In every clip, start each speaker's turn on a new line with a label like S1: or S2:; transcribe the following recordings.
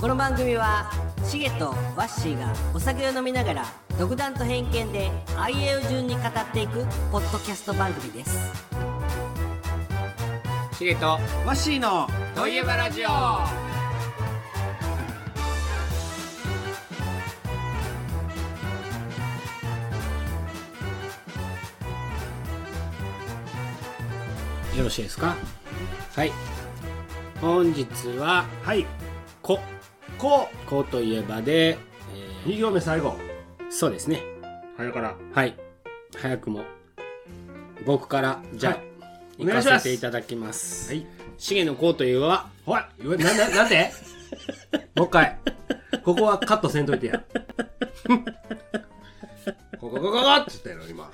S1: この番組はシゲとワッシーがお酒を飲みながら独断と偏見で IA を順に語っていくポッドキャスト番組です
S2: シゲと
S3: ワッシーの
S2: といえばラジオよろしいですかはい本日は
S3: はい
S2: 「こ」
S3: こ
S2: 「こ」といえばで、
S3: う
S2: え
S3: 2行目最後
S2: ーそうですね
S3: 早から
S2: はい早くも僕からじゃあ、
S3: はい
S2: 行
S3: お願いし
S2: か
S3: ま
S2: せ
S3: す
S2: ていただきます
S3: はい
S2: シゲの「こ」といえばは
S3: ほら言わなななんでもう一回ここはカットせんといてやここここここっつったやろ今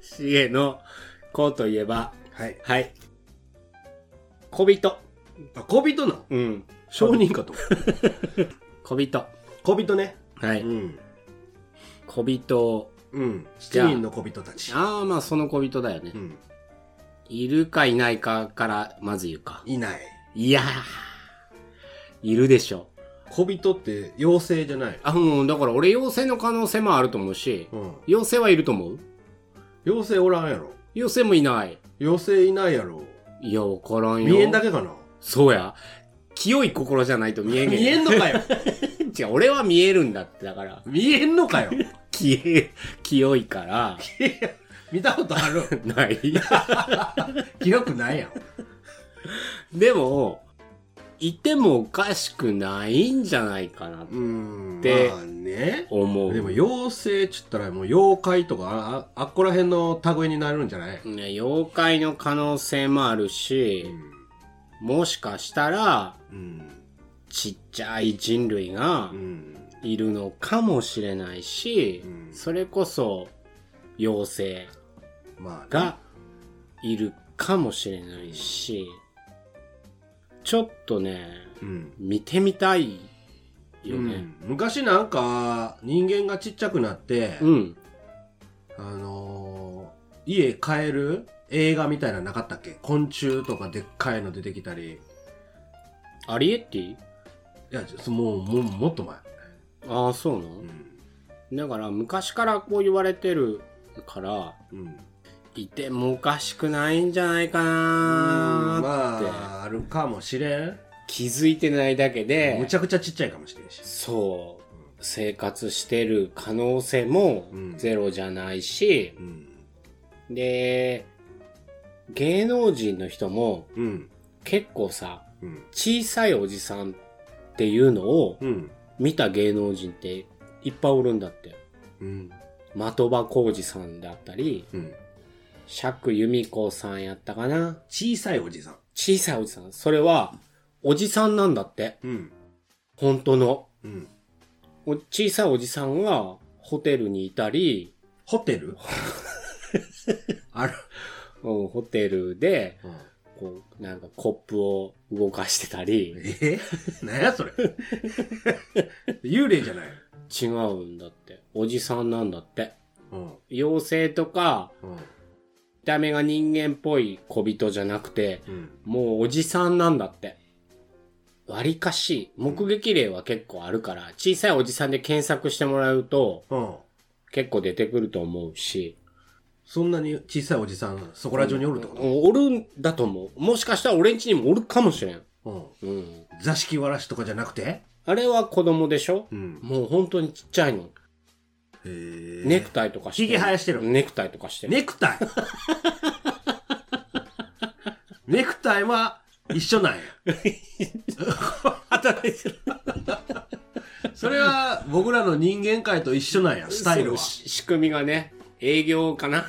S2: シゲの「こ」といえば
S3: はい
S2: はい。小人。
S3: あ小人な
S2: うん。
S3: 証人かと
S2: 小人。
S3: 小人ね
S2: は
S3: う。ん
S2: 小人。
S3: うん
S2: じゃあ
S3: 7人の小人たち
S2: ああ、まあその小人だよね
S3: う。ん
S2: いるかいないかから、まず言うか。
S3: いない
S2: いやー。いるでしょ。
S3: 小人って妖精じゃない
S2: あ、うん、だから俺妖精の可能性もあると思うし、
S3: うん
S2: 妖精はいると思う
S3: 妖精おらんやろ
S2: 妖精もいない。
S3: 妖精いないやろ
S2: いや、わからんよ。
S3: 見えんだけかな
S2: そうや。清い心じゃないと見えんけん
S3: 見えんのかよ
S2: 違う、俺は見えるんだって、だから。
S3: 見えんのかよ
S2: 清い、清いから、
S3: 見たことある
S2: ない。
S3: 記憶ないやん。
S2: でも、いてもおかしくないんじゃないかなと
S3: うん。
S2: で
S3: まあね。
S2: 思う。
S3: でも妖精っちったらもう妖怪とかあああっこら辺の類になるんじゃない、
S2: ね妖怪の可能性もあるし、もしかしたら、
S3: うん。
S2: ちっちゃい人類が
S3: うん。
S2: いるのかもしれないし、
S3: うん
S2: それこそ妖精
S3: まあ、
S2: がいるかもしれないし、ちょっとね、
S3: うん。
S2: 見てみたいよ
S3: う
S2: ね。
S3: ん昔なんか人間がちっちゃくなって、
S2: うん。
S3: あのー家変える映画みたいなのなかったっけ昆虫とかでっかいの出てきたり。
S2: アリエッティ
S3: いや、そもう、もう、もっと前。
S2: ああ、そうなの、
S3: うん。
S2: だから昔からこう言われてるから
S3: うん。
S2: いてもおかしくないんじゃないか
S3: ま
S2: な
S3: あ、あるかもしれん。
S2: 気づいてないだけで
S3: むちゃくちゃちっちゃいかもしれんし。
S2: そう生活してる可能性も
S3: うん
S2: ゼロじゃないし
S3: う、ん。
S2: で芸能人の人も
S3: うん。
S2: 結構さ
S3: うん。
S2: 小さいおじさんっていうのを
S3: うん。
S2: 見た芸能人っていっぱいおるんだって
S3: うん。
S2: 的場浩二さんだったり
S3: うん。
S2: 釈由美子さんやったかな
S3: 小さいおじさん。
S2: 小さいおじさん。それは、おじさんなんだって。
S3: うん。
S2: 本当の。
S3: うん。
S2: お小さいおじさんが、ホテルにいたり、
S3: ホテルある。
S2: うんホテルで、
S3: うん、
S2: こう、なんかコップを動かしてたり、
S3: えなんやそれ。幽霊じゃない。
S2: 違うんだって。おじさんなんだって。
S3: うん。
S2: 妖精とか、
S3: うん。
S2: 見た目が人間っぽい小人じゃなくて、
S3: うん。
S2: もうおじさんなんだって。割かし、目撃例は結構あるから、小さいおじさんで検索してもらうと、
S3: うん。
S2: 結構出てくると思うし、
S3: そんなに小さいおじさん、そこら中におるってこ
S2: うんおるんだと思う。もしかしたら俺んちにもおるかもしれん。
S3: とうん。
S2: うん。
S3: 座敷わらしとかじゃなくて
S2: あれは子供でしょ
S3: うん。
S2: もう本当にちっちゃいの。
S3: へえ
S2: ネクタイとかしてる。
S3: ひげ生やしてる
S2: ネクタイとかしてる。
S3: ネクタイ ネクタイは一緒 なんや。
S2: 働いてる。
S3: それは僕らの人間界と一緒なんや、スタイルは。
S2: し仕組みがね、営業かな。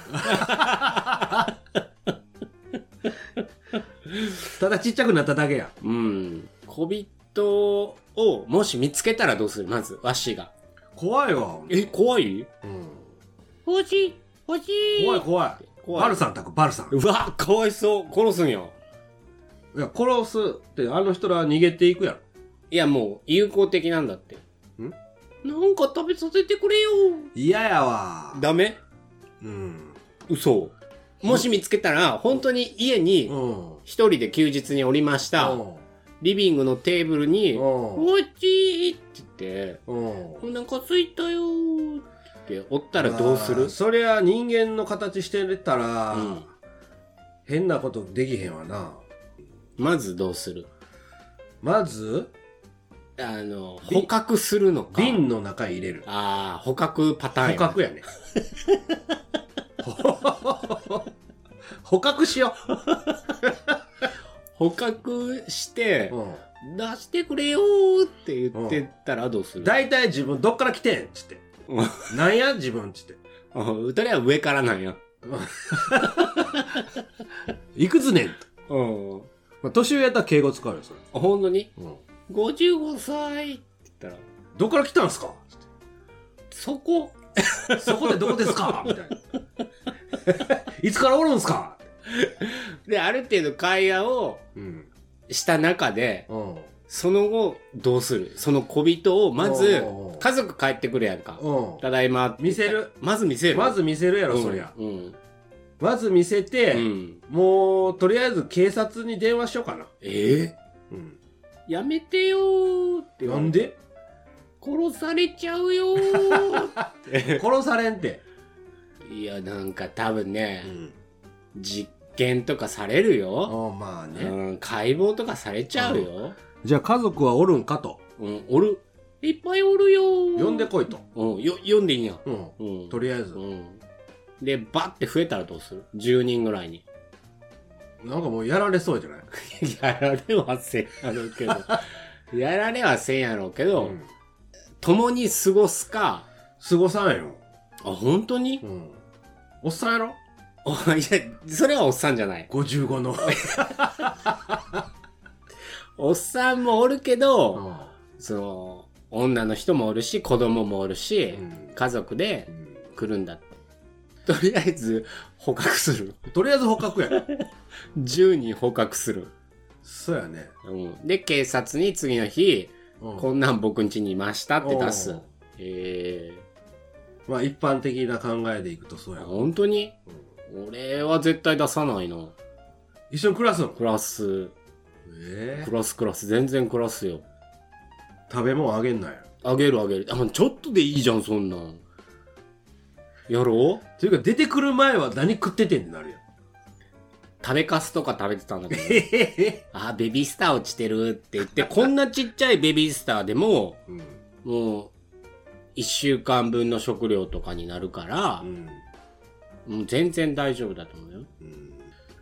S3: ただちっちゃくなっただけや。
S2: うん。小人をもし見つけたらどうするまず、わしが。
S3: 怖いわ。
S2: え、怖い
S3: うん、
S2: 欲しい欲しい
S3: 怖い怖い。
S2: 怖い
S3: バルさんたく、バルさん。
S2: うわ、かわいそう。殺すんよ。
S3: いや、殺すってあの人ら逃げていくやろ。
S2: いや、もう、友好的なんだって。
S3: ん
S2: なんか食べさせてくれよ。
S3: 嫌やわ。
S2: ダメ
S3: うん。
S2: 嘘もし見つけたら本当に家に
S3: うん。
S2: 一人で休日におりました
S3: うん
S2: リビングのテーブルに、
S3: うん
S2: おちーって
S3: うん
S2: 言って、お腹すいたよーって言って、おったらどうす
S3: ま
S2: る
S3: あそりゃ人間の形してたら、
S2: うん
S3: 変なことできへんわな
S2: まずどうする
S3: まず
S2: あの、捕獲するのか。
S3: 瓶の中へ入れる
S2: ああ、捕獲パターン
S3: 捕獲
S2: や。
S3: やね 捕獲しよ
S2: 捕獲して
S3: う、、
S2: 出してくれよーって言ってたらどうす
S3: うん、
S2: る
S3: 大体自分どっから来てんっつって
S2: う
S3: なんや自分っつって
S2: うんとりあえず上からなんや。
S3: いくつねんと、
S2: うん。
S3: まあ、年上やったら敬語使うよそれ、
S2: ほんのに
S3: うん、
S2: 55歳って言ったら、
S3: どっから来たんすかつって
S2: そこ、
S3: そこでどこですかみたいな いつからおるんすか、
S2: で、ある程度会話を
S3: うん
S2: した中で、
S3: うん、
S2: その後、どうするその小人を、まず
S3: おうおう、
S2: 家族帰ってくるやんか。
S3: うん
S2: ただいま。
S3: 見せる。
S2: まず見せる。
S3: まず見せるや
S2: や
S3: ろ、そりゃ。
S2: うん。
S3: まず見せて、
S2: うん。
S3: もう、とりあえず警察に電話しようかな。
S2: ええ
S3: うん。
S2: やめてよーって。
S3: なんで
S2: 殺されちゃうよー
S3: 殺されんて。
S2: いや、なんか多分ね
S3: う、ん。
S2: 実験とかされるよ。
S3: ああ、まあ
S2: う
S3: ね。
S2: ん、解剖とかされちゃうよ。
S3: じゃあ家族はおるんかと。
S2: うん、おる。いっぱいおるよー。
S3: 呼んでこいと。
S2: うん、よ、読んでいいんや。
S3: うん。
S2: うん。
S3: とりあえず。
S2: うん。で、バッて増えたらどうする ?10 人ぐらいに。
S3: なんかもうやられそうじゃない
S2: やられはせんやろう けど。やられはせんやろうけど、
S3: うん。
S2: 共に過ごすか、
S3: すごさんよ。
S2: あ、本当に、
S3: うん。おっさんやろ
S2: おいや、それはおっさんじゃない。
S3: ?55 の。
S2: おっさんもおるけど、
S3: う
S2: その、女の人もおるし、子供もおるし、
S3: うん
S2: 家族で
S3: ん
S2: 来るんだって。とりあえず、捕獲する。
S3: うん。とりあえず捕獲や。
S2: 10人捕獲する。
S3: そうやね。
S2: うん、で、警察に次の日、
S3: うん
S2: こんなん僕ん家にいましたって出す
S3: おう。
S2: え
S3: まあ一般的な考えでいくとそう
S2: ー、
S3: や。
S2: 本当に俺は絶対出さないな。
S3: 一緒に暮らすの
S2: クラス、
S3: ええ
S2: クラスクラス、全然クラスよ。
S3: 食べ物あげんなよ。
S2: あげるあげる。あ、ちょっとでいいじゃん、そんなん。やろう
S3: というか出てくる前は何食っててんってなるやん。
S2: 食べかすとか食べてたんだけど。
S3: え へへ。
S2: あ、ベビースター落ちてるって言って、こんなちっちゃいベビースターでも、
S3: うん。
S2: もう、一週間分の食料とかになるから
S3: う、ん。
S2: もう全然大丈夫だと思うよ。
S3: うん。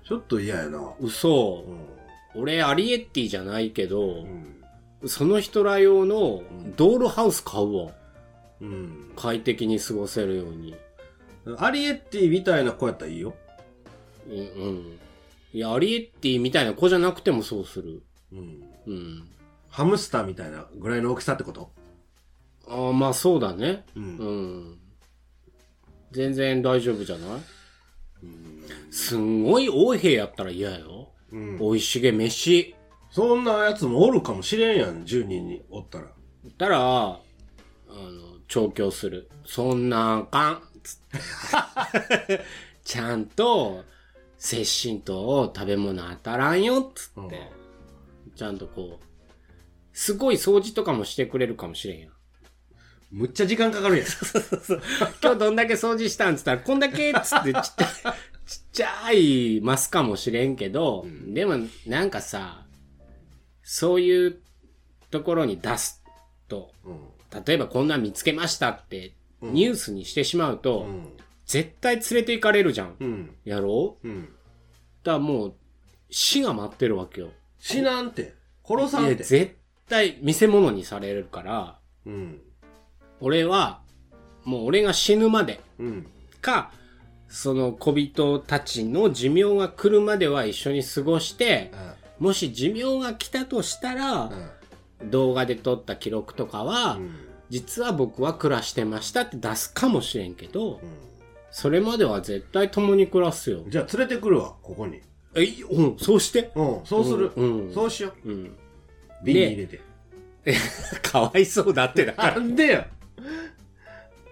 S3: ちょっと嫌やな。
S2: 嘘
S3: う。ん。
S2: 俺、アリエッティじゃないけど
S3: う、ん。
S2: その人ら用の
S3: ん
S2: ドールハウス買うわ。
S3: うん。
S2: 快適に過ごせるように。
S3: アリエッティみたいな子やったらいいよ。
S2: うん、うん。いや、アリエッティみたいな子じゃなくてもそうする。
S3: うん。
S2: うん。
S3: ハムスターみたいなぐらいの大きさってこと
S2: ああ、まあそうだね。
S3: う。
S2: うんん。全然大丈夫じゃない
S3: うん。
S2: すんごい大兵やったら嫌よ。
S3: うん、
S2: おいしげ飯。
S3: そんなやつもおるかもしれんやん、10人におったら。
S2: 言ったら、あの、調教する。そんなあかん。つって。ちゃんと、精神と食べ物当たらんよ。つって。ちゃんとこう、すごい掃除とかもしてくれるかもしれんやん。
S3: むっちゃ時間かかるやん。
S2: 今日どんだけ掃除したんつったら、こんだけっつって ちっちゃい、ちっちゃいマスかもしれんけど、でもなんかさ、そういうところに出すと、
S3: うん。
S2: 例えばこんなん見つけましたってニュースにしてしまうと、
S3: うん。
S2: 絶対連れて行かれるじゃん。
S3: うん。
S2: やろう
S3: うん。
S2: だからもう、死が待ってるわけよ。
S3: 死なんて。殺さ
S2: いや、
S3: んて。
S2: 絶対見せ物にされるから、
S3: うん。
S2: 俺は、もう俺が死ぬまで、
S3: うん。
S2: か、その小人たちの寿命が来るまでは一緒に過ごして、
S3: あ
S2: もし寿命が来たとした
S3: あ
S2: ら、動画で撮った記録とかは、
S3: うん。
S2: 実は僕は暮らしてましたって出すかもしれんけど
S3: う、ん。
S2: それまでは絶対共に暮らすよ。
S3: じゃあ連れてくるわ、ここに。
S2: え、うん、そうして。
S3: うん、そうする。
S2: うんうん
S3: そうしよう。
S2: うん。
S3: 瓶に入れて。
S2: かわいそうだってだか
S3: な
S2: ら。
S3: んでよ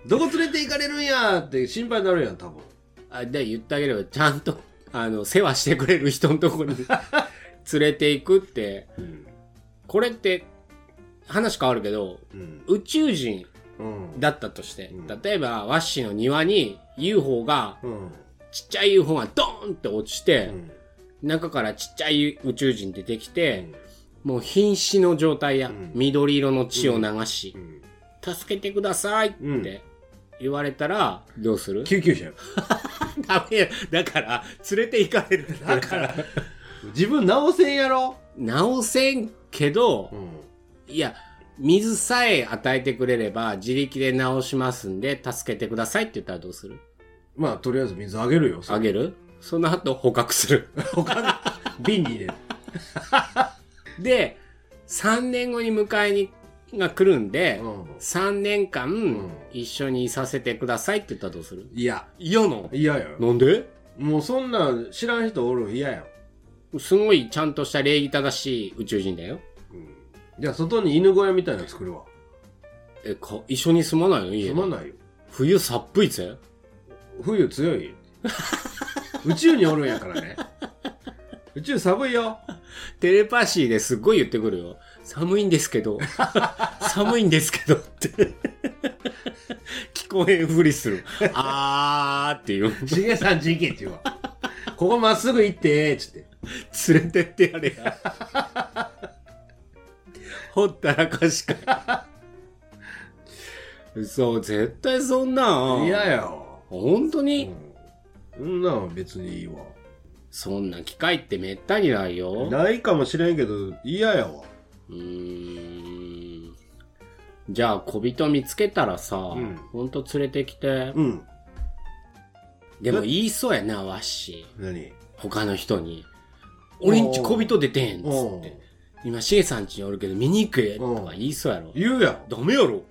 S3: どこ連れて行かれるんやって心配になるやん、多分。
S2: あで言ってあげれば、ちゃんと、あの、世話してくれる人のところに連れて行くって
S3: うん。
S2: これって話変わるけど
S3: うん。
S2: 宇宙人
S3: うん。
S2: だったとして、
S3: うん
S2: 例えばワッシーの庭に UFO が
S3: うん。
S2: ちっちゃい UFO がドーンって落ち
S3: う
S2: て、
S3: ん。
S2: 中からちっちゃい宇宙人出てきて、もう瀕死の状態や、
S3: うん
S2: 緑色の血を流し
S3: う、ん。
S2: 助けてくださいっ
S3: うん
S2: て言われたらどうする、
S3: 救急車よ。
S2: ダメよだから連れて行かれる
S3: だから、自分直せんやろ。
S2: 直せんけど、
S3: ん。
S2: いや水さえ与えてくれれば自力で直しますんで助けてくださいって言ったらどうする
S3: まあ、とりあえず水あげるよ。
S2: あげるその後捕獲する
S3: 瓶に入れる。
S2: で3年後に迎えにが来るんで、
S3: うん
S2: 3年間、
S3: ん
S2: 一緒にいさせてくださいって言ったらどうする
S3: いや、
S2: 嫌なの
S3: 嫌よ。
S2: なんで
S3: もうそんなん知らん人おるん嫌やん。
S2: すごいちゃんとした礼儀正しい宇宙人だよ
S3: じゃあ、外に犬小屋みたいなの作るわ。
S2: えか一緒に住まないの
S3: す
S2: 家で
S3: まないよ。
S2: 冬寒いぜ
S3: 冬強 い宇宙におるんやからね宇宙寒いよ
S2: テレパシーですっごい言ってくるよ寒いんですけ ど寒いんですけどって 聞こえんふりす るあーって言う
S3: しげさんち行けって言うわここまっすぐ行ってっつって
S2: 連れてってやれや ほったらかしかそう絶対そんなん
S3: 嫌やよ、
S2: 本当
S3: う
S2: に、
S3: ん、そんなんは別にいいわ
S2: そんな機会ってめったにないよ
S3: ないかもしれんけど嫌やわ
S2: うーんじゃあ小人見つけたらさ、
S3: うん
S2: ほんと連れてきて、
S3: うん
S2: でも言いそうやなわっし
S3: 何
S2: 他の人に「俺んち小人出てん」っつ
S3: う
S2: っ
S3: ん
S2: て「今シエさんちにおるけど見に行くとか言いそうやろ
S3: 言うや
S2: ダメやろ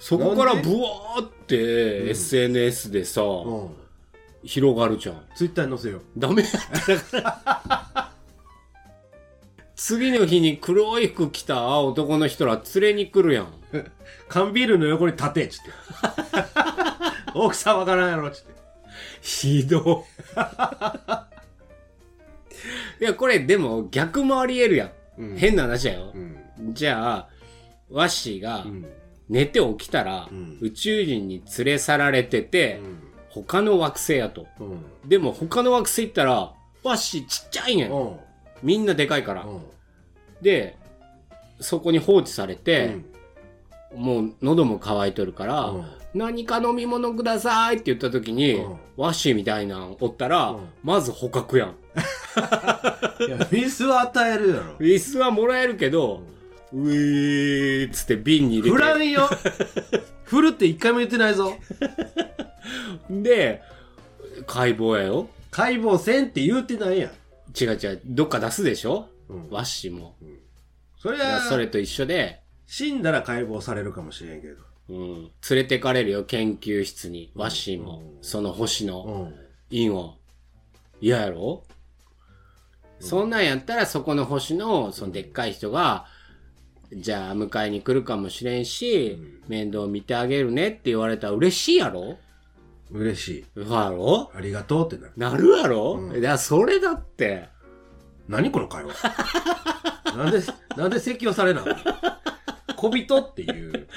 S2: そこから
S3: なんで
S2: ブワーって
S3: うん
S2: SNS でさ、
S3: ろうん
S2: 広がるじゃん
S3: ツイッターに載せよう
S2: ダメやってだから 次の日に黒い服着た男の人ら連れに来るやん
S3: 缶ビールの横に立てっつ って奥さんわからんやろっつって
S2: ひどい。いや、これでも逆もあり得るやん。
S3: うん
S2: 変な話だよ
S3: う。ん
S2: じゃあ、ワッシーが
S3: うん
S2: 寝て起きたら、
S3: うん
S2: 宇宙人に連れ去られてて、他の惑星やと。
S3: うんうん
S2: でも他の惑星行ったら、ワッシーちっちゃいねん。
S3: うん
S2: みんなでかいから。
S3: うん
S2: で、そこに放置されて、もう喉も渇いとるから、
S3: うん
S2: 何か飲み物くださいって言った時に、
S3: うん
S2: ワッシーみたいなんおったら、
S3: うん
S2: まず捕獲やん。
S3: いや、水は与えるやろ。
S2: 椅子はもらえるけど、うえーっつって瓶に入
S3: 振ら
S2: れて。
S3: んよ。振るって一回も言ってないぞ。
S2: で、解剖やよ。
S3: 解剖せんって言うてないやん。
S2: 違う違う、どっか出すでしょ
S3: うん
S2: 和紙も。
S3: そり
S2: だか
S3: ゃ
S2: ら、それと一緒で、
S3: 死んだら解剖されるかもしれんけど。
S2: うん、連れてかれるよ、研究室に。和紙も
S3: う。ん
S2: その星の
S3: うん。
S2: 印を。嫌やろそんなんやったら、そこの星の、そのでっかい人が、じゃあ迎えに来るかもしれんし、面倒見てあげるねって言われたら嬉しいやろ
S3: 嬉しい。
S2: うわやろ
S3: ありがとうってなる。
S2: なるやろ、
S3: うん
S2: いや、それだって。
S3: 何この会話 なんで、なんで説教されなの小人っていう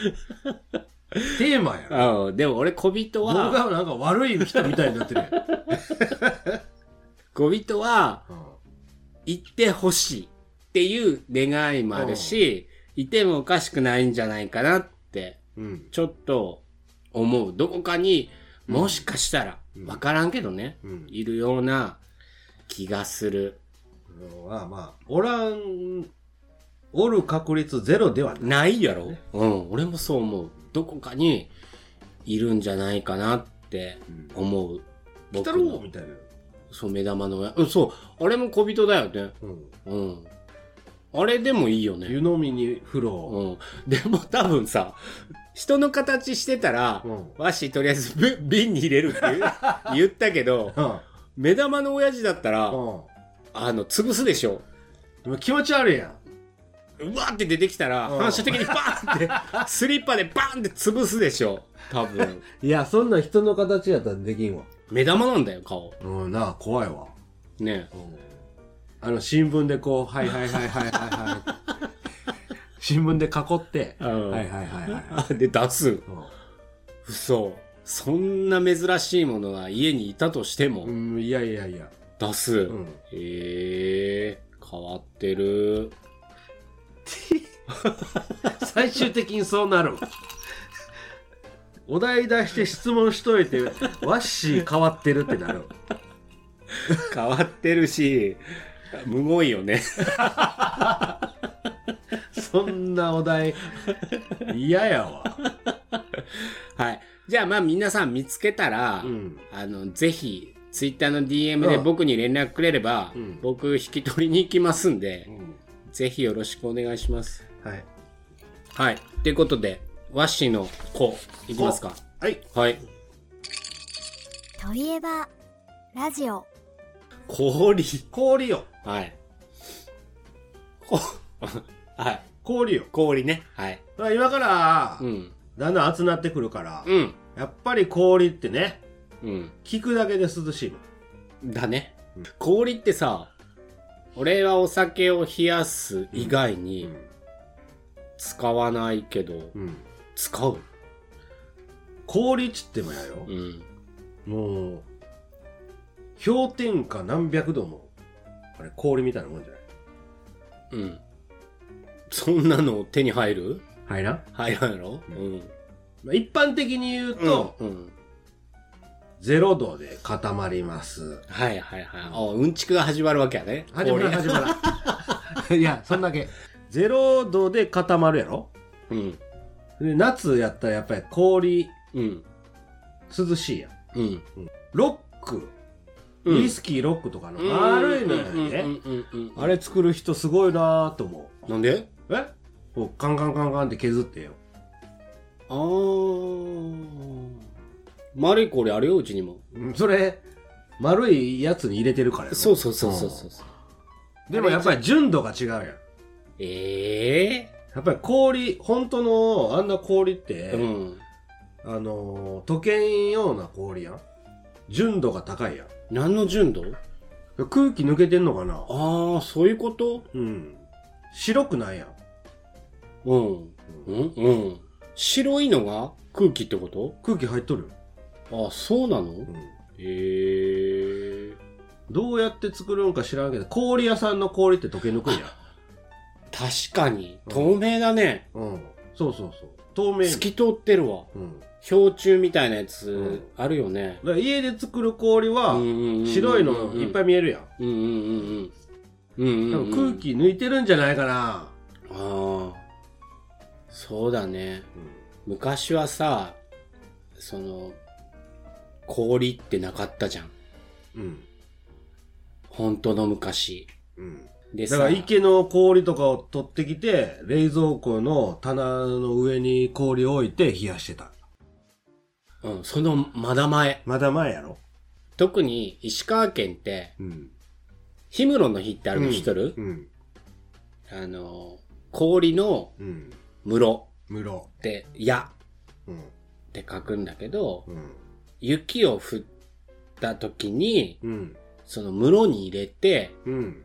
S3: テーマやろ。
S2: うん。でも俺、小人
S3: 僕
S2: は、
S3: がなんか悪い人みたいになってるやん。
S2: 小人は、
S3: うん
S2: 行ってほしいっていう願いもあるし、いてもおかしくないんじゃないかなって、
S3: うん。
S2: ちょっと思う。どこかに、もしかしたら
S3: う、ん
S2: わからんけどね、
S3: うん
S2: いるような気がする。
S3: まあまあ、おらん、おる確率ゼロではない。
S2: ないやろうん。俺もそう思う。どこかに、いるんじゃないかなって思う。
S3: 鬼
S2: 僕
S3: 太
S2: の
S3: 郎みたいな。
S2: そう、目玉の親。うん、そう。あれも小人だよね。
S3: うん。
S2: うん。あれでもいいよ
S3: 湯
S2: ね。
S3: 飲みに風
S2: う
S3: 呂。
S2: ん。でも多分さ、人の形してたら
S3: う、ん。
S2: わしとりあえずぶ瓶に入れるって言う言ったけど、
S3: うん。
S2: 目玉の親父だったら、
S3: うん。
S2: あの、潰すでしょ。
S3: でも気持ち悪いやん。
S2: うわーって出てきたら、
S3: うん
S2: 反射的にバー ンって、スリッパでバーンって潰すでしょ。多分。
S3: いや、そんな人の形やったらできんわ。
S2: 目玉なんだよ、顔。
S3: うん、なあ、怖いわ。
S2: ね。
S3: あの、新聞でこう、はいはいはいはいはいは 新聞で囲って、
S2: うん
S3: はいはいはいはい。
S2: で、出す。
S3: う
S2: 嘘。そんな珍しいものが家にいたとしても、
S3: ん、うんいやいやいや。
S2: 出す。
S3: うん。
S2: ええ変わってる。
S3: 最終的にそうなる。お題出して質問しといて、ワッシー変わってるってなる。
S2: 変わってるし、むごいよね。
S3: そんなお題、嫌やわ。
S2: はい。じゃあまあ皆さん見つけたら、
S3: うん。
S2: あの、ぜひ、ツイッターの DM で
S3: うん
S2: 僕に連絡くれれば、
S3: うん
S2: 僕引き取りに行きますんで、
S3: うん
S2: ぜひよろしくお願いします。
S3: はい。
S2: はい。ということで、和紙の子、いきますか。
S3: はい。
S2: はい。
S4: といえば、ラジオ。
S2: 氷。
S3: 氷よ。
S2: はい。こ、 はい。
S3: 氷よ。
S2: 氷ね。はい。
S3: まあ今から
S2: う、ん。
S3: だんだん暑なってくるから、
S2: うん。
S3: やっぱり氷ってね、
S2: うん。
S3: 聞くだけで涼しいの。
S2: だね。氷ってさ、俺はお酒を冷やす以外に使わないけど、
S3: うん。うん。
S2: 使う
S3: 氷っちってもやよ。
S2: うん。
S3: もう、氷点下何百度も、あれ氷みたいなもんじゃない
S2: うん。そんなの手に入る
S3: はいな。
S2: 入らんやろうん。
S3: まあ、一般的に言うと
S2: と、、うん。
S3: ゼロ度で固まります。
S2: はいはいはい。あ、うんちくが始まるわけやね。
S3: 始まらん
S2: 氷
S3: 始ま らん。いや、そんだけ。ゼロ度で固まるやろ
S2: うん。
S3: で夏やったらやっぱり氷
S2: うん。
S3: 涼しいやん。
S2: うん。
S3: ロック、
S2: うん
S3: ウイスキーロックとかの丸いのよ
S2: う
S3: ね。
S2: んうんうんうん
S3: あれ作る人すごいなぁと思う。
S2: なんで
S3: えこうカンカンカンカンって削ってよ。
S2: あー。丸い氷あるよ、うちにも。
S3: うんそれ、丸いやつに入れてるからよ
S2: そうそうそうそうそう。
S3: でもやっぱり純度が違うやん。や
S2: え
S3: っぱり氷、本当のあんな氷って、
S2: えうん。
S3: あのー溶けんような氷やん。純度が高いやん。
S2: 何の純度
S3: 空気抜けてんのかな
S2: ああ、そういうこと
S3: うん。白くないやん。
S2: うん。うんうん。白いのが空気ってこと
S3: 空気入っとるよ。
S2: あそうな
S3: う
S2: の
S3: ん。
S2: ええ
S3: どうやって作るんか知らんけど、氷屋さんの氷って溶け抜くんやん。
S2: 確かに、
S3: うん
S2: 透明だね。
S3: うん。そうそうそう。透明に
S2: 透き通ってるわ。
S3: うん。だ
S2: 氷柱みたいなやつ、
S3: うん
S2: あるよね。
S3: から家で作る氷は、白
S2: 白
S3: いのいっぱい見えるやん。
S2: うんうんうんうん。うんうん、
S3: 多
S2: うん。
S3: 分空。気抜いてるんじゃないかな。
S2: ああ。そうだね。
S3: う
S2: 昔はさ、その、氷ってなかったじゃん。
S3: ん。
S2: 本当の昔。
S3: うん。うん。
S2: で
S3: だ
S2: さ、
S3: から池の氷とかを取ってきて、冷蔵庫の棚の上に氷を置いて冷やしてた。
S2: うん、そのまだ前。
S3: まだ前やろ
S2: 特に石川県って、
S3: うん。
S2: 氷室の日ってあ
S3: あ
S2: るの知っとる、
S3: うん。
S2: あの、氷の
S3: うん。
S2: 室
S3: 室。
S2: って、矢
S3: うん。
S2: って書くんだけど、
S3: うん。
S2: 雪を降った時に、
S3: うん。
S2: その室に入れて、
S3: うん。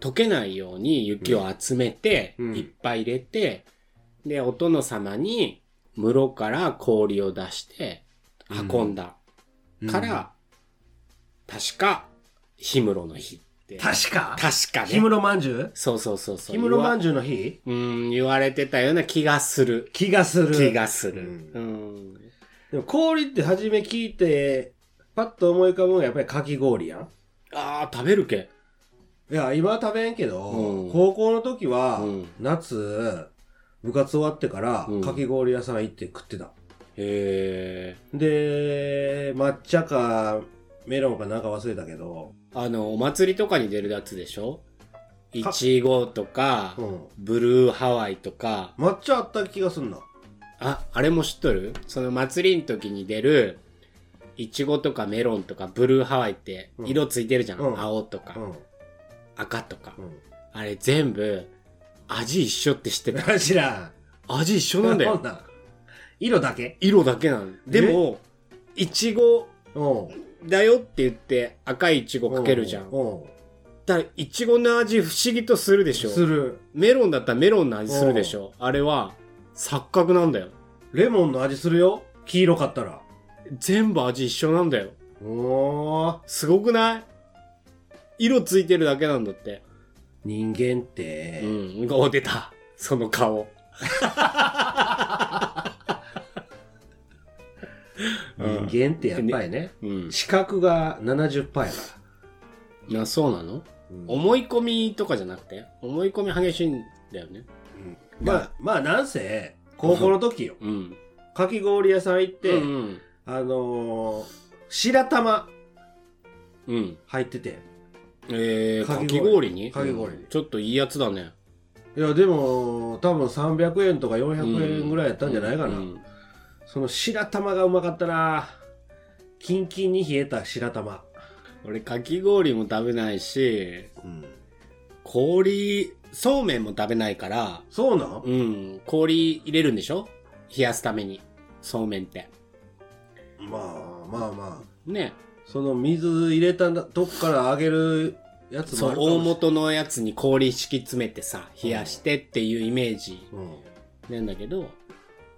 S2: 溶けないように雪を集めて、
S3: うん
S2: いっぱい入れて、で、お殿様に室から氷を出して運んだから、確か、氷室の日って。
S3: 確か
S2: 確か
S3: 氷
S2: ね。
S3: 室まんじゅう
S2: そうそうそうそう。
S3: 氷室まん
S2: ん
S3: じゅうの日
S2: うん、言われてたような気がする。
S3: 気がする。
S2: 気がする。う。
S3: うんでも氷って初め聞いて、パッと思い浮かぶのがやっぱりかき氷やん。
S2: ああ、食べるけ。
S3: いや、今は食べんけど、
S2: うん
S3: 高校の時は、
S2: うん
S3: 夏、部活終わってから
S2: うん、
S3: かき氷屋さん行って食ってた。
S2: へえ。
S3: で、抹茶か、メロンかなんか忘れたけど、
S2: あの、お祭りとかに出るやつでしょいちごとか、
S3: うん。
S2: ブルーハワイとか、
S3: 抹茶あった気がすんな。
S2: あ、あれも知っとるその祭りの時に出る、いちごとかメロンとかブルーハワイって
S3: うん
S2: 色ついてるじゃん。
S3: うん
S2: 青と
S3: う
S2: か
S3: ん。
S2: 赤とか。
S3: う
S2: あれ全部味一緒って知ってた。
S3: ん。知らん。
S2: 味一緒なん だ
S3: そ
S2: よ。
S3: な色だけ
S2: 色だけなの。でも、いちご
S3: うん。
S2: だよって言って赤いいちごかけるじゃん。
S3: うん。
S2: ったらいちごの味不思議とするでしょ
S3: する。
S2: メロンだったらメロンの味するでしょあれは錯覚なんだよ
S3: レモンの味するよ。黄色かったら。
S2: 全部味一緒なんだよ
S3: おー。
S2: すごくない色ついてるだけなんだって
S3: 人間って、
S2: うんお出たその顔うん
S3: 人間ってやっぱりね、
S2: うん
S3: 視覚が70%やから。
S2: いやそうなの
S3: うん
S2: 思い込みとかじゃなくて思い込み激しいんだよね
S3: まあ、まあなんせ、高校の時よ。
S2: うん
S3: かき氷屋さん行って、
S2: うん
S3: あのー、白玉
S2: うん、うん、
S3: 入ってて。
S2: えー、
S3: か
S2: か
S3: き氷
S2: き氷に
S3: かき氷
S2: うんちょっといいやつだね
S3: いや、でも、多分300円とか400円ぐらいやったんじゃないかな。
S2: うん
S3: その白玉がうまかったなキンキンに冷えた白玉。
S2: 俺かき氷も食べないし
S3: うん。
S2: 氷そうめんも食べないから
S3: そうなん
S2: うん氷入れるんでしょ冷やすためにそうめんって
S3: まあまあまあ。
S2: ね
S3: その水入れたとこから揚げるやつも
S2: そ
S3: あ
S2: う
S3: るかもし
S2: 大元のやつに氷敷き詰めてさ冷やしてっていうイメージなんだけど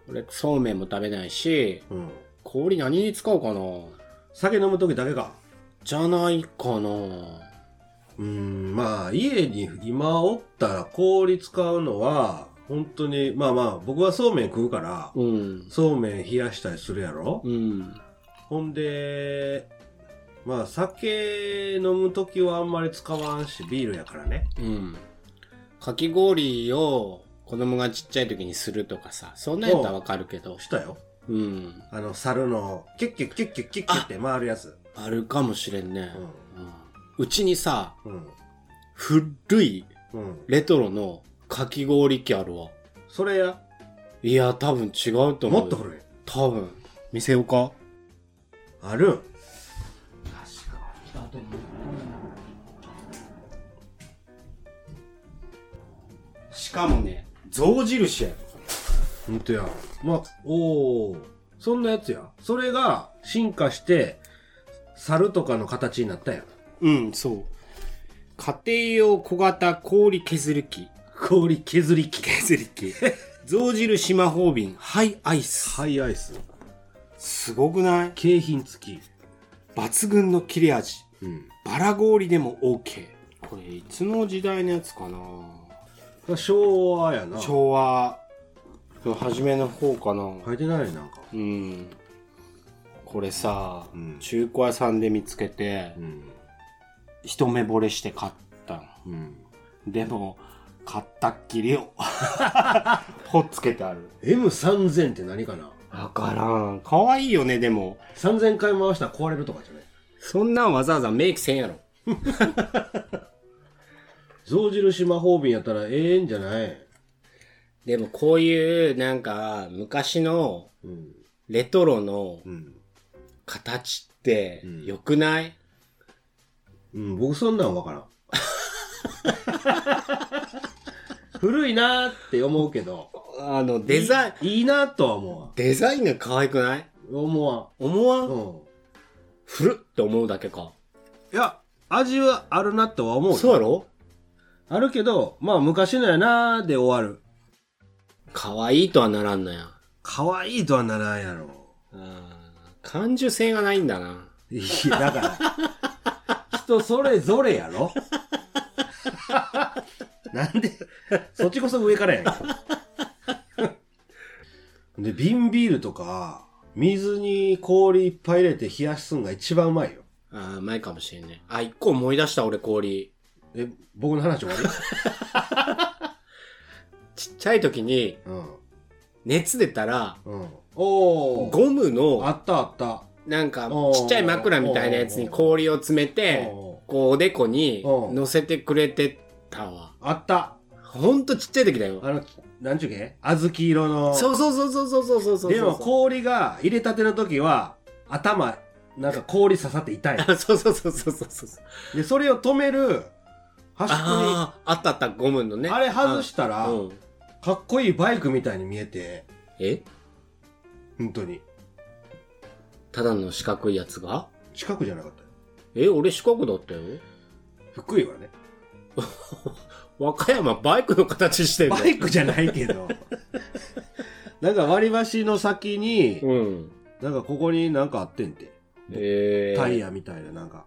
S2: 俺そうめんも食べないし
S3: うん。うん。
S2: 氷何に使うかな
S3: 酒飲む時だけか。
S2: じゃないかな
S3: うん、まあ家に今おったら氷使うのは、本当に、まあまあ僕はそうめん食うから、
S2: うん
S3: そうめん冷やしたりするやろ、
S2: うん
S3: ほんで、まあ酒飲む時はあんまり使わんし、ビールやからね。
S2: うんかき氷を子供がちっちゃい時にするとかさそんなんやったらわかるけど
S3: したよ。
S2: うん
S3: あの、猿の、キュッキュッキュッキュッキュッキュッって回るやつ。
S2: あるかもしれんね、うんうちにさ
S3: うん。
S2: 古い
S3: うん。
S2: レトロのかき氷機あるわ
S3: それや、
S2: いや多分違うと思う
S3: もっと古い。
S2: 多分見せようか
S3: あるん
S2: しかもね象印や
S3: ほんとや。まあ、おお。そんなやつや。それが進化して、猿とかの形になったやん。
S2: うんそう家庭用小型氷削り機
S3: 氷削り機。
S2: 削り 機象印魔法瓶ハイアイス、
S3: ハイアイス。
S2: すごくない
S3: 景品付き。
S2: 抜群の切れ味
S3: うん。
S2: バラ氷でも OK これいつの時代のやつかな
S3: 昭和やな。
S2: 昭和の初めの方かな、
S3: 書いてないなんか。
S2: うんこれさ、
S3: うん
S2: 中古屋さんで見つけて、
S3: うん。
S2: 一目惚れして買ったの
S3: うん。
S2: でも買ったっきりをほっつけてある
S3: M3000 って何かな
S2: わからん可愛いよねでも
S3: ?3000 回回したら壊れるとかじゃない
S2: そんなんわざわざメイクせんやろ
S3: 象印魔法瓶やったらええんじゃない
S2: でもこういうなんか昔の
S3: うん。
S2: レトロの
S3: うん。
S2: 形って
S3: うん
S2: 良くない、
S3: うん、僕そんなんわからん。 古いなーって思うけど。
S2: あのデザイン
S3: いいいなとは思わ
S2: デザインが可愛くない
S3: ん。思わ
S2: 思わ
S3: ん。
S2: ん、
S3: うん。
S2: ふるって思うだけか
S3: いや、味はあるなとは思うよ。
S2: そうやろ
S3: あるけど、まあ昔のやなーで終わる。
S2: 可愛いとはならんのや
S3: 可愛いとはならんやろ。
S2: あー感受性がないんだない
S3: や、だから、人それぞれや ろ。なんで、そっちこそ上からやんか。 で、瓶ビールとか、水に氷いっぱい入れて冷やすんが一番うまいよ。
S2: あー前かもしれんねあ一個思い出した俺氷
S3: え、僕の話 終わり
S2: ちっちゃい時に
S3: う
S2: 熱出たら
S3: ん。うん。おー。
S2: ゴム
S3: あ
S2: の
S3: ったあった。
S2: なんか
S3: おー
S2: ちっちゃい枕みたいなやつに氷を詰めて
S3: おー
S2: こうおでこに
S3: おー
S2: 乗せてくれてたわ
S3: あった。
S2: ほんとちっちゃい時だよ
S3: あの、なんちゅうけ小豆色の。
S2: そうそうそうそうそうそうそうそう
S3: でも氷が入れたての時は、頭、なんか氷刺さって痛い。
S2: あそうそうそうそうそうそう
S3: で、それを止める端っこ
S2: ああーあったあったゴムのね
S3: に、あれ外したら、
S2: うん、
S3: かっこいいバイクみたいに見えて、
S2: え
S3: 本当に。
S2: ただの四角いやつが
S3: 近くじゃなかったよ
S2: え俺四角だったよ
S3: 福井はね。
S2: 和歌山バイクの形してんの
S3: バイクじゃないけ ど。なんか割り箸の先に、
S2: うん。
S3: なんかここになんかあってんて。
S2: えー、
S3: タイヤみたいな、なんか。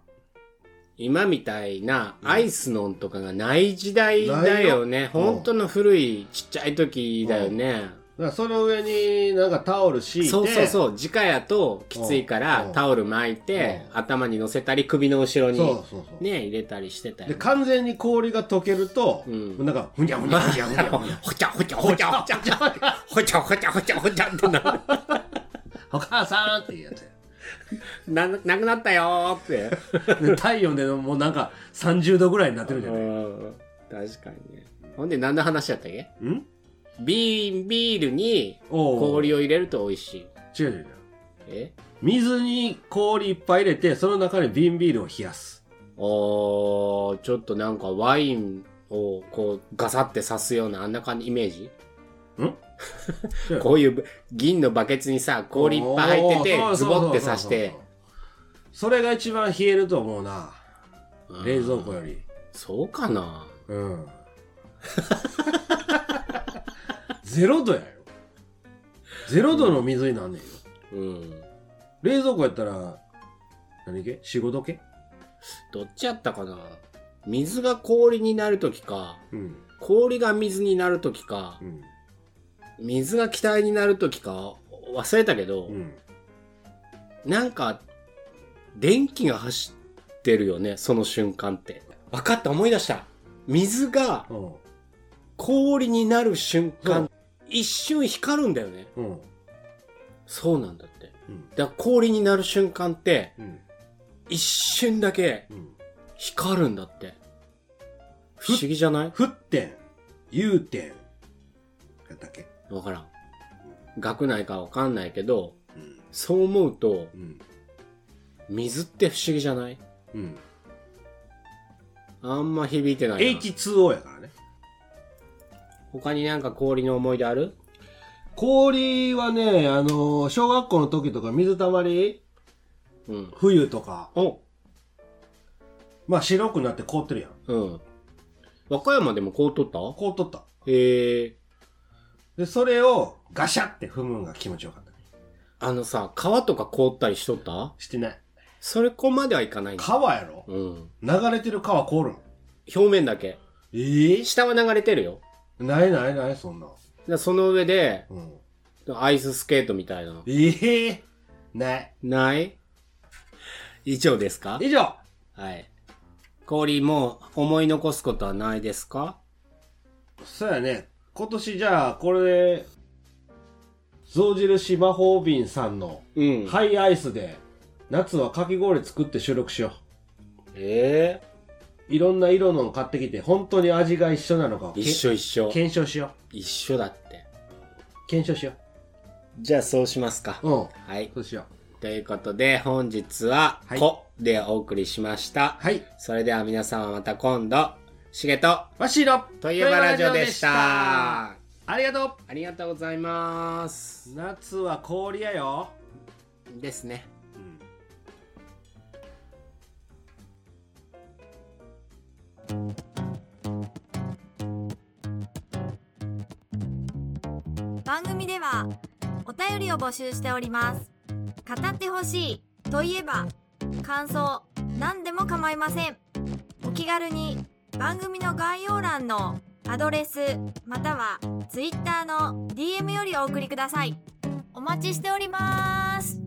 S2: 今みたいなアイスのんとかがない時代だよね。
S3: ないよ
S2: 本当の古いちっちゃい時だよね。
S3: だからその上になんかタオル敷いて。
S2: そうそう
S3: う。
S2: そう。直やときついか
S3: う
S2: ら
S3: ん
S2: タオル巻いて
S3: う
S2: 頭に乗せたり首の後ろ
S3: そう
S2: に
S3: そうそう。
S2: ね、入れたりしてたよ
S3: で、
S2: ね。
S3: 完全に氷が溶けると、
S2: うん
S3: なんか、ふにゃふにゃふにゃふにゃ ふにゃ。
S2: ほちゃほちゃほちゃほちゃほちゃほちゃほちゃほちゃほちゃってなる。
S3: お母さんっていうやつや。
S2: な、なくなったよーって。
S3: で 体温でもうなんか30度ぐらいになってるじゃない。
S2: うん確かにね。ほんで何の話やったっけ
S3: ん
S2: ビービールに
S3: おう
S2: 氷を入れると美味しい。
S3: 違う違う違う。
S2: え
S3: 水に氷いっぱい入れて、その中に瓶ビールを冷やす。
S2: おーちょっとなんかワインをこうガサって刺すようなあんな感じイメージ
S3: うん
S2: こういう銀のバケツにさ氷いっぱい入ってて
S3: おー
S2: ズボって刺
S3: そうそう
S2: し。
S3: そうそう
S2: て
S3: そうそれが一番冷えると思うな。
S2: うん
S3: 冷蔵庫より。
S2: そうかな
S3: うん。 ゼロ度やよ。ゼロ度の水になんねんよ。
S2: うん
S3: 冷蔵庫やったら、何け仕事け
S2: どっちやったかな水が氷になるときか
S3: うん。
S2: 氷が水になるときか
S3: うん。
S2: 水が気体になるときか忘れたけど、
S3: うん。
S2: なんか、電気が走ってるよね、その瞬間って。分かった、思い出した。水が
S3: うん。
S2: 氷になる瞬
S3: う
S2: 間
S3: ん、
S2: 一瞬光るんだよね。
S3: うん。
S2: そうなんだって。
S3: うん。
S2: だから氷になる瞬間って、
S3: うん。
S2: 一瞬だけ
S3: うん。
S2: 光るんだって。不思議じゃない
S3: 沸点、融点、やったっけ
S2: わからん。学内かわかんないけど、
S3: うん。
S2: そう思うと、
S3: うん。
S2: 水って不思議じゃない
S3: うん。
S2: あんま響いてないな。
S3: H2O やからね。
S2: 他になんか氷の思い出ある
S3: 氷はね、あの、小学校の時とか水たまり、
S2: うん。
S3: 冬とか、
S2: お
S3: まあ白くなって凍ってるやん。
S2: うん。和歌山でもこうとった
S3: 凍っとった。
S2: へえ。
S3: で、それをガシャって踏むのが気持ちよかった。
S2: あのさ、川とか凍ったりしとった
S3: してない。
S2: それこまではいかないんだ
S3: 川やろ
S2: うん。
S3: 流れてる川凍るの。
S2: 表面だけ。
S3: ええ
S2: 下は流れてるよ。
S3: ないないない、そんな。
S2: だからその上で、
S3: うん。
S2: アイススケートみたいな。
S3: ええない。
S2: ない以上ですか
S3: 以上
S2: はい。氷もう思い残すことはないですか
S3: そうやね。今年じゃあ、これで、象印魔法瓶さんの
S2: うん
S3: ハイアイスで、夏はかき氷作って収録しよ
S2: え
S3: う。いろんな色のを買ってきて、本当に味が一緒なのかをけ
S2: え一緒一緒。
S3: 検証しよ
S2: 一緒だって。
S3: う。検証しよ
S2: じゃあそうしますか
S3: う。。うん。
S2: はい。
S3: そうしよう。
S2: ということで本日は
S3: は
S2: 「
S3: い
S2: こ」でお送りしました、
S3: はい。
S2: それでは皆様また今度しげと
S3: わしの、
S2: といえばラジオでした
S3: ありがと
S2: ありがとうございます
S3: う夏は氷やよ。
S2: ですね
S4: 番組ではお便りを募集しております語ってほしいといえば感想何でも構いませんお気軽に番組の概要欄のアドレスまたは Twitter の DM よりお送りくださいお待ちしております